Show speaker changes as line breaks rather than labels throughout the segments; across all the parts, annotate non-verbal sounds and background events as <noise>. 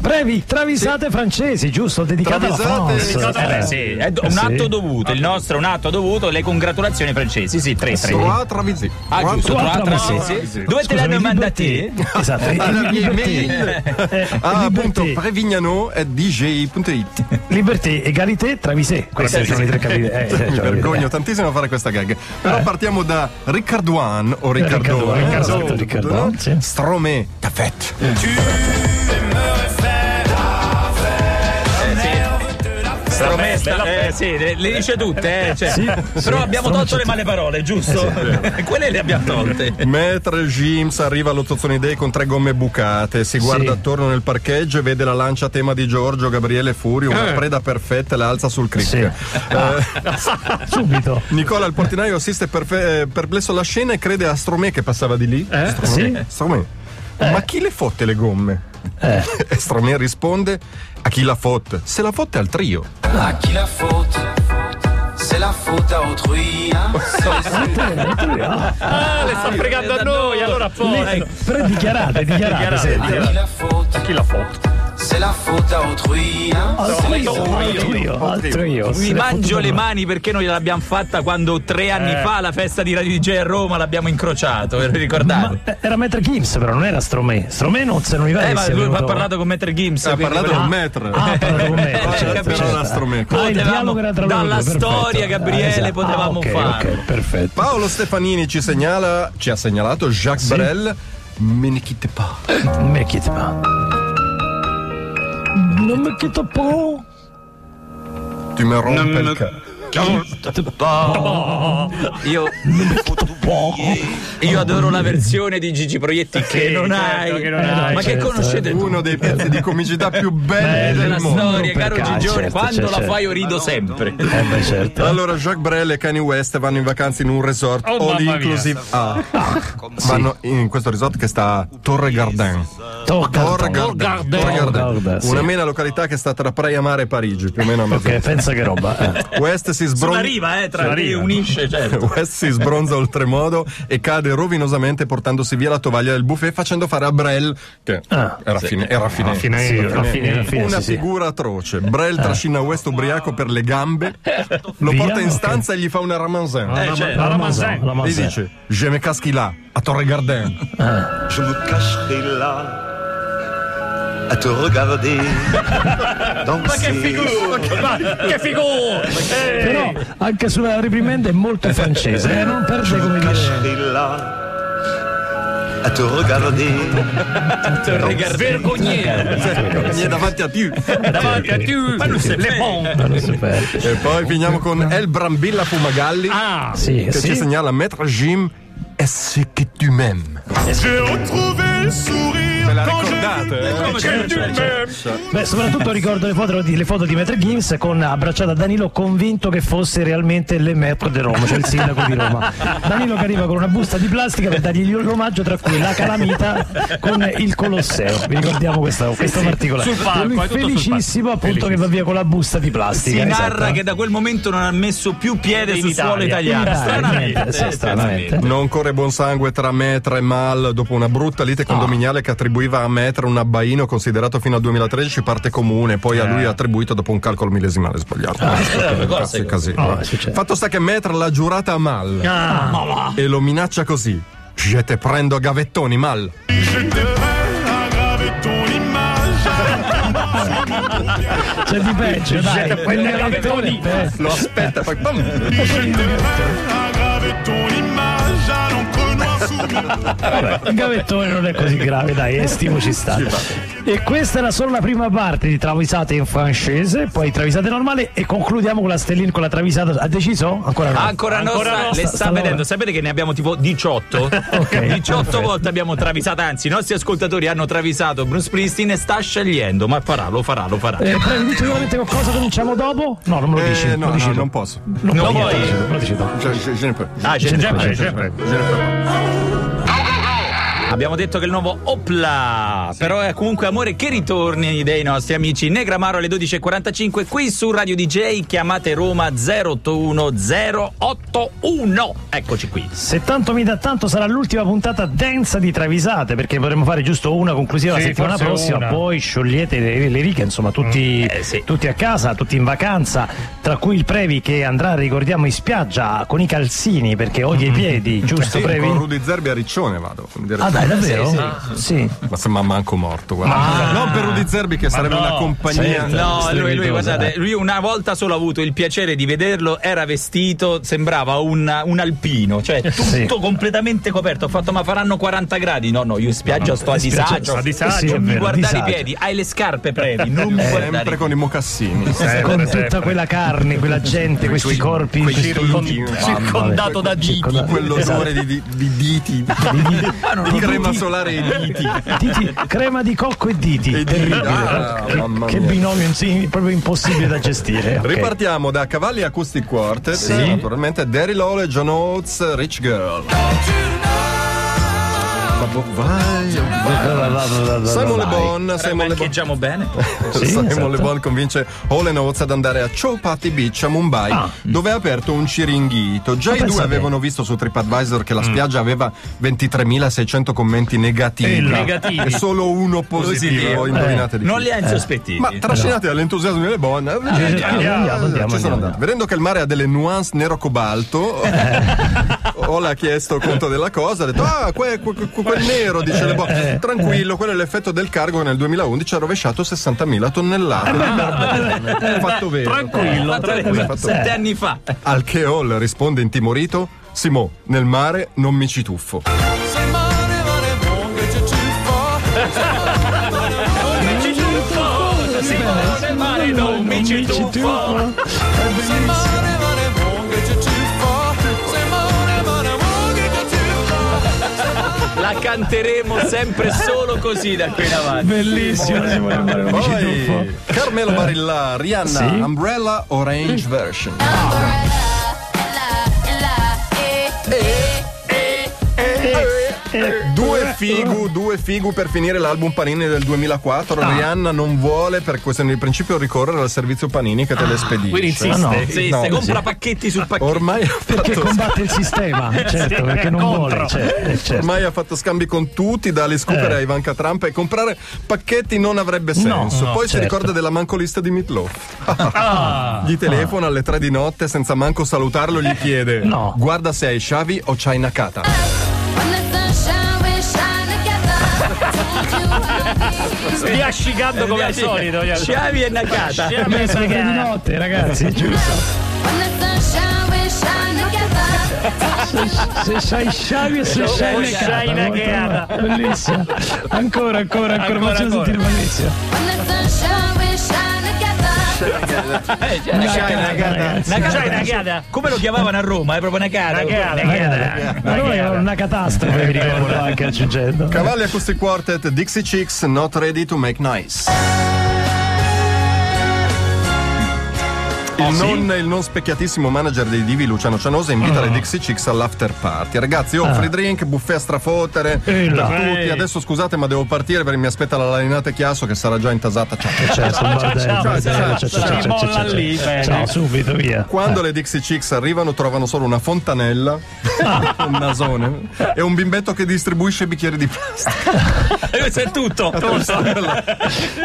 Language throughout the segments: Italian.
Brevi travisate francesi, giusto? Dedicate alla
Travisate,
France.
dedicate alla
Eh,
Eh, sì, è d- un
sì.
atto dovuto, il nostro è un atto dovuto, le congratulazioni francesi, sì, 3-3.
Trois Travisi.
Ah,
Trois
giusto,
Trois
tra
Travisi.
francesi. Dove te l'hanno
Scusami,
mandati?
Liberté. Esatto,
Alla
i- i
mia
Liberté.
email
Eh,
a punto
Liberté.
Ah, prevignano at dj.it.
Liberté, Egalité, Travisé. Queste sono le tre capite. eh, cioè,
Mi vergogno tantissimo a fare questa gag. Però partiamo da Riccarduan o Riccardo.
Riccardoan, esatto, Riccardoan, sì.
Stromé, Tafet.
Stromesta, eh, sì, le, le dice tutte, eh, cioè.
Sì, sì,
però abbiamo tolto le male parole, giusto? <laughs> Quelle le abbiamo tolte.
Maître Gims arriva all'Ozzozzoni Day con tre gomme bucate, si guarda attorno nel parcheggio e vede la lancia a tema di Giorgio Gabriele Furio, una preda perfetta e la alza sul crick.
Sì. eh, Subito.
Nicola il portinaio assiste perfe- eh, perplesso alla scena e crede a Stromé che passava di lì. Stromé?
Sì.
Stromé. Ma chi le fotte le gomme? <laughs> E Stromé risponde a chi la fotte? Se la fotte al trio.
À qui la faute C'est la faute à autrui. <laughs> Hein
Ah, le sta fregando a noi, allora
Ecco.
poi.
Però dichiarate, dichiarate. sì, dichiarate.
Dichiarate.
hein. qui la faute
Chi la foto?
C'est la faute à autrui. Hein
Altro io, altro io, altro io.
Mi
Se ne
mangio
fottuto
le
proprio.
mani perché non gliel'abbiamo fatta quando tre anni fa alla festa di Radio DJ a Roma l'abbiamo incrociato, ve lo ricordate?
Ma eh, era Maître Gims, però non era Stromé. Stromé non se non mi va
eh,
che
ma
sia
lui ha
venuto-
parlato con Maître Gims.
Ha
quindi
parlato
quella-
con Maître.
Ah, ha parlato con me,
Eh,
certo,
capito.
certo.
Era la Stromé.
Ah, il
Potevamo-
dialogo era tra loro
dalla
due, perfetto.
storia, Gabriele,
esatto.
potevamo
Ah, ok,
farlo.
Ok, perfetto.
<laughs> Paolo Stefanini ci segnala, ci ha segnalato Jacques Brel. Me ne quitte pas.
Me quitte pas. Non me quitte pas.
Tu me rompi il ca-
Io, io adoro la versione di Gigi Proietti che non
certo,
hai,
che non
Eh,
hai,
ma che
certo.
conoscete tutti.
Uno dei pezzi di comicità più belli
Bello,
del
Della
il
mondo.
storia,
per
caro
caso,
Gigione,
certo,
quando
certo,
la
certo.
fai io rido sempre.
Eh beh, certo.
Allora, Jacques Brel e Kanye West vanno in vacanza in un resort
Oh,
all
mamma
inclusive. Ah. Vanno in questo resort che sta a Torre Gardin.
Tocca.
Torre Gardin. Torre
Torre
Gardin.
Gardin, sì.
Una mena località che sta tra Praia Mare e Parigi, più o meno a mezzo.
Ok, pensa che roba. eh.
West si
Sulla
sbronza.
riva, eh, tra le
riva.
unisce, certo.
West si sbronza oltremodo e cade rovinosamente portandosi via la tovaglia del buffet facendo fare a Brel, che
Ah.
era, fine, era fine-
Fine io, alla fine.
fine,
una
sì, sì.
figura atroce. Brel trascina West ubriaco per le gambe, lo
Via?
porta in
Ok.
stanza e gli fa una ramanzin.
<laughs> Eh,
La
certo.
La
Ramazan.
Manzan, la
E
Manzan.
dice, je me caschi là, a Torre Gardin.
Je me cacherai là à te regarder danser.
Che figura!
Però anche sulla reprimenda è
<laughs>
molto francese, eh, non perde
Je
come
me
Cioè,
dire.
cacherai là à te regarder.
Regardate.
Eh,
Vergogniera.
<laughs> Gli è davanti a tu.
Davanti a tu,
Ma non si
le
vede.
bombe.
Ma non si perde.
E poi finiamo con El Brambilla Fumagalli
Ah,
Sì,
che ci
sì.
segnala Maître Jim è ce che tu m'aimes. Ve la ricordate? eh?
Beh, soprattutto ricordo le foto di, le foto di Maître Gims con abbracciata Danilo convinto che fosse realmente le metro di Roma, cioè il sindaco di Roma. Danilo che arriva con una busta di plastica per dargli l'omaggio, tra cui la calamita con il Colosseo. Vi ricordiamo questa, questo particolare.
Sul palco,
E lui
è tutto sul
felicissimo appunto che va via con la busta di plastica.
Si narra
esatto.
che da quel momento non ha messo più piede
In
sul
Italia.
suolo italiano.
Eh,
Stranamente,
niente, sì,
eh,
stranamente.
Non corre buon sangue tra Metra e Mal dopo una brutta
Ah.
lite condominiale che attribuiva a Metra un abbaino considerato fino al 2013 parte comune, poi a
Eh.
lui attribuito dopo un calcolo millesimale sbagliato.
Ah,
eh, cosa
Cazzo,
è
casino.
No, succede.
Fatto sta che Metra l'ha giurata a Mal
Ah,
e lo minaccia così. Je te prendo a gavettoni, Mal.
C'è di peggio, dai.
prendere la
Eh,
Bertoni.
eh,
Lo aspetta, poi pam.
Il gavettone non è così grave, dai, estimo ci sta. E questa era solo la prima parte di travisate in francese, poi travisate normale e concludiamo con la stellina con la travisata. Ha deciso? Ancora no.
Ancora no,
Ancora
sta-
no,
le
sta-
sta,
sta
vedendo.
lavorando.
Sapete che ne abbiamo tipo 18? <laughs> 18
perfetto.
volte abbiamo travisato, anzi, i nostri ascoltatori hanno travisato Bruce Springsteen e sta scegliendo, ma farà, lo farà, lo farà.
Eh, Prego, dici veramente con cosa cominciamo dopo? No, non me lo dici.
Eh,
non
no,
lo dici
no,
tu.
non posso. Cioè,
Non
non
puoi,
puoi.
non lo dici tu, non lo dici tu.
Je, je- je ne peux.
Ah, c'è
C'è
già
già-
c'è
c'è
già-
Je ne peux pas.
Go, go, go!
Abbiamo detto che il nuovo Opla, però è comunque amore che ritorni dei nostri amici Negramaro alle 12.45 qui su Radio DJ, chiamate Roma 081081. Eccoci qui.
Se tanto mi dà tanto sarà l'ultima puntata densa di travisate, perché potremmo fare giusto una conclusiva la
Sì,
settimana
forse
prossima,
una.
poi sciogliete le, le righe, insomma, tutti,
Eh, sì.
tutti a casa, tutti in vacanza, tra cui il Previ che andrà, ricordiamo, in spiaggia con i calzini, perché odia i piedi, giusto
Sì,
Previ?
con Rudy Zerbi a Riccione vado. in diretta.
Ah dai, davvero?
Sì,
Sì.
Ma sembra manco morto, guarda. non per Rudy Zerbi che sarebbe
no,
una compagnia.
senta.
No, lui, lui,
strepitosa,
guardate,
eh.
lui una volta solo ha avuto il piacere di vederlo, era vestito, sembrava un, un alpino, cioè tutto
Sì.
completamente coperto. Ho fatto, ma faranno 40 gradi? No, no, io in spiaggia sto a
spiaggia
disagio.
sto a disagio,
Sì, è
non mi
vero,
guardare
disagio.
i piedi, hai le scarpe previ, non mi guardare.
Eh, Sempre con i mocassini.
Sempre,
Con
sempre.
tutta quella carne, quella gente, questi corpi,
quei
questi
circuiti,
con-
mamma mia.
circondato da diti,
Quell'odore di, di, di diti, di crema solare e diti.
<laughs> Diti, crema di cocco e diti.
E diti,
Terribile.
ah,
Che-
mamma
che
mia.
binomio insi- proprio impossibile da gestire. ok.
Ripartiamo da Cavalli Acoustic Quartet,
Sì.
naturalmente Derry Lowell e John Oates, Rich Girl. Ma vo- vai- Simon Le Bon, Simon Le Bon.
Parcheggiamo bene.
Sì,
Simon
esatto.
Le Bon convince Ole Notes ad andare a Chowpatty Beach a Mumbai, dove ha aperto un ciringhito. Già
Ah. Ma
i due
pensa te. Mm.
avevano visto su TripAdvisor che la spiaggia aveva 23.600 commenti
Eh,
negativi,
Ella. Negativi.
e solo uno positivo.
Positivo.
Indovinate di
Non
chi.
li ha insospettiti.
Ma trascinati dall'entusiasmo delle bonne,
andiamo, andiamo, andiamo,
ci sono
andiamo.
andato. Vedendo che il mare ha delle nuance nero cobalto, Ola ha chiesto conto della cosa, ha detto "Ah, que- que- que- quel nero", dice le bonne. Tranquillo, quello è l'effetto del cargo che nel 2011 ha rovesciato 60.000 tonnellate. Fatto vero.
Tranquillo.
Fatto bene,
Fatto
sette
bene.
anni fa.
Al che Hall risponde intimorito: Simo, nel mare non mi ci tuffo.
non mi ci La canteremo sempre solo così da qui in avanti.
Bellissimo, Simone Le Bon, amici
Poi
tuffo.
Carmelo Barilla, Rihanna,
Sì.
Umbrella Orange Version. Due figu, due figu per finire l'album Panini del 2004.
Ah.
Rihanna non vuole per questione di principio ricorrere al servizio Panini che te le spedisce.
Quindi insiste.
Ah, no.
Sì,
No,
se compra
sì.
pacchetti sul pacchetto.
Ormai ha
Perché
fatto,
combatte il sistema, certo,
Sì,
perché non
contro.
vuole, certo, eh, certo.
ormai ha fatto scambi con tutti, da Alice Cooper
Eh.
a Ivanka Trump e comprare pacchetti non avrebbe senso.
no,
Poi si
certo. Ah.
ricorda della mancolista di Meatloaf. gli telefona alle tre di notte senza manco salutarlo gli chiede
No.
guarda se hai Xavi o c'hai Nakata.
Stia
Eh,
ascicando come al solito. io-
Sciavi e Nakata.
Sciavi
Beh,
e
sono le tre di
Nakata.
notte, ragazzi, giusto. Se sai sciavi e se sai le
Sciai
cata,
negata.
molto bene. Bellissimo. Ancora, ancora, ancora,
Ancora,
facciamo
ancora.
sentire bellissimo.
Eh, Nakata,
Nakata, ragazzi.
Nakata.
Sciai Nakata.
Come lo chiamavano a Roma? È proprio Nakata.
Nakata.
Eh, Ma noi era una catastrofe, mi ricordo anche aggiungendo.
Cavalli Acoustic Quartet, Dixie Chicks, Not Ready to Make Nice. Il,
Oh,
non, il non specchiatissimo manager dei Divi, Luciano Cianosa,
Ah.
invita le Dixie Chicks all'after party. Ragazzi, io offri drink, buffet a strafottere
Eh,
per
là.
tutti.
Eh.
Adesso scusate, ma devo partire perché mi aspetta la larinata Chiasso che sarà già intasata. Ciao.
Eh.
Cioè, sono bordello,
ciao,
bordello,
ciao,
ciao,
ciao,
ciao,
ci
ciao,
molla
ciao,
lì,
ciao.
bene.
Ciao, subito, via.
Quando le Dixie Chicks arrivano trovano solo una fontanella, <laughs>
Ah.
un nasone e un bimbetto che distribuisce bicchieri di plastica.
Questo è tutto.
Questo <laughs> era il eh,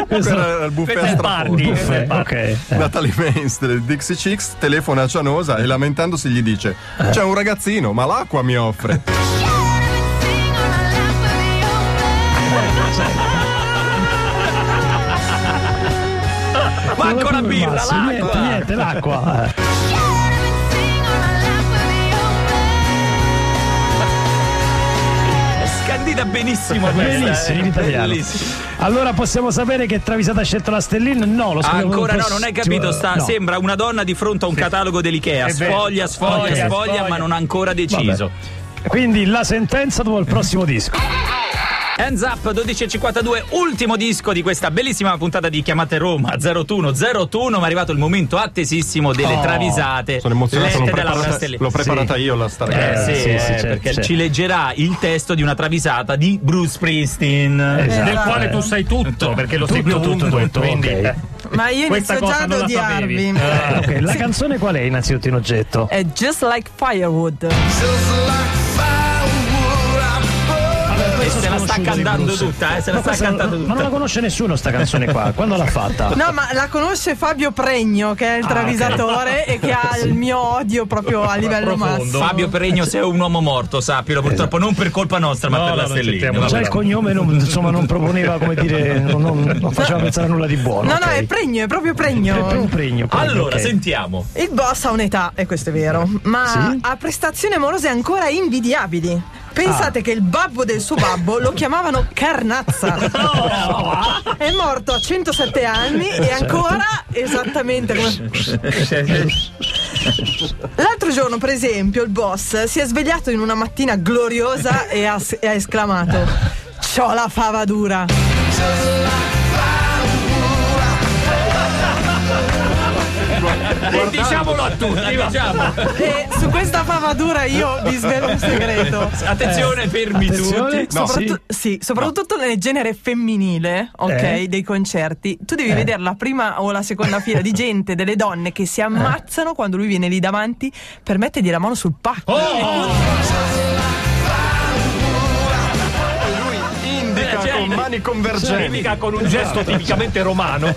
buffet a
Questo è Esatto. il
strafottere.
party.
Buffet, ok.
Natalie Mains del Dixie Chicks telefona a Cianosa e lamentandosi gli dice c'è un ragazzino ma l'acqua mi offre
Ma ancora
Come
birra,
Massimo, Niente,
l'acqua.
niente, l'acqua. Eh,
Scandita benissimo questa,
Benissimo,
eh.
in italiano.
Bellissimo.
Allora possiamo sapere che Travisata ha scelto la stellina? No, lo scopriamo
Ancora
nel
no, non hai
prossimo-
capito. Sta,
Cioè, no.
Sembra una donna di fronte a un catalogo dell'Ikea. Sfoglia, sfoglia,
Sfoglia,
sfoglia,
sfoglia.
ma non ha ancora deciso.
Eh,
Quindi la sentenza dopo il prossimo disco.
Hands Up 12.52, ultimo disco di questa bellissima puntata di Chiamate Roma 021 021, ma è arrivato il momento attesissimo delle
Oh,
travisate.
Sono emozionato, l'ho
lette da Laura
preparata,
Stellini.
l'ho preparata
Sì.
io la
Eh,
strada.
Eh,
sì,
sì,
eh,
sì, c'è,
perché
c'è.
ci leggerà il testo di una travisata di Bruce Springsteen.
Esatto.
Del quale tu sai tutto, perché lo segui
tutto,
ovunque,
tutto,
quindi,
ok.
eh,
Ma io
Questa
inizio già
cosa
ad
non la sapevi. Eh.
odiarvi.
Ah, ok. La canzone qual è innanzitutto in oggetto?
È Just Like Firewood.
Eh, E se la sta
sconosciuta di
cantando
Bruce.
tutta, eh, se la
Ma
sta
questa-
cantando
Ma non la
tutta.
conosce nessuno sta canzone qua. Quando l'ha fatta?
No, ma la conosce Fabio Pregno, che è il
Ah,
travisatore e che ha il mio odio proprio a livello
Profondo.
massimo.
Fabio
Eh,
Peregno, sei un uomo morto, sappilo, purtroppo non per colpa nostra, ma
No,
per
no,
la
non
stellina.
c'entriamo.
Già Cioè, il cognome non, insomma, non proponeva, come dire, non, non- non faceva pensare a nulla di buono.
No,
ok.
no, è Pregno, è proprio
Pre- pre- un
Pregno.
pregno. pregno,
Allora,
ok.
sentiamo.
Il boss ha un'età, e questo è vero, ma
Sì?
ha prestazioni amorose ancora invidiabili. Pensate che il babbo del suo babbo lo chiamavano Carnazza. È morto a 107 anni e ancora esattamente come. L'altro giorno, per esempio, il boss si è svegliato in una mattina gloriosa e ha, e ha esclamato: C'ho la fava dura.
E diciamolo a tutti, va.
diciamo.
E su questa fava dura io vi svelo un segreto.
Attenzione, fermi
Attenzione.
tutti.
No,
Soprattutto, sì. soprattutto nel genere femminile, ok,
Eh.
dei concerti, tu devi vedere la prima o la seconda fila di gente, delle donne che
Eh.
si ammazzano quando lui viene lì davanti per mettergli la mano sul pacco.
Oh,
Oh!
Lui indica
Eh, cioè,
con mani convergenti.
Significa con
<laughs>
un gesto tipicamente romano.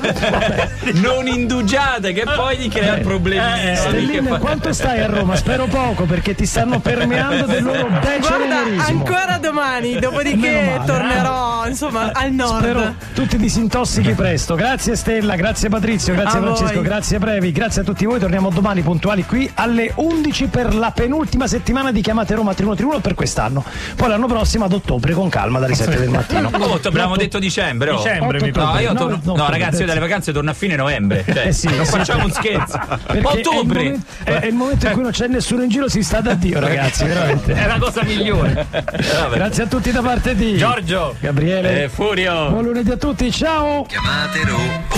Non indugiate, che poi gli crea problemi.
Eh, Stellina, quanto stai a Roma? Spero poco perché ti stanno permeando del loro
Guarda,
decenerismo.
ancora domani, dopodiché
Meno male, eh.
tornerò, insomma, al nord.
Spero tu ti disintossichi presto. Grazie Stella, grazie Patrizio, grazie
A
Francesco,
voi.
grazie Previ, grazie a tutti voi. Torniamo domani puntuali qui alle 11 per la penultima settimana di chiamate Roma 3131 per quest'anno. Poi l'anno prossimo ad ottobre con calma dalle 7 del
<laughs>
mattino.
Molto, Oh, abbiamo detto dicembre. oh.
Dicembre.
Otto
mi pare.
No, io
ottobre.
torno- no, ragazzi, io dalle vacanze torno a fine novembre. Cioè,
Eh sì,
non
sì.
facciamo un scherzo.
perché è il
Ottobre.
momento- È, è il momento in cui non c'è nessuno in giro, si sta da Dio, ragazzi, veramente.
È la cosa migliore.
Grazie a tutti da parte di
Giorgio.
Gabriele.
Eh, Furio.
Buon lunedì a tutti, ciao!
Chiamatelo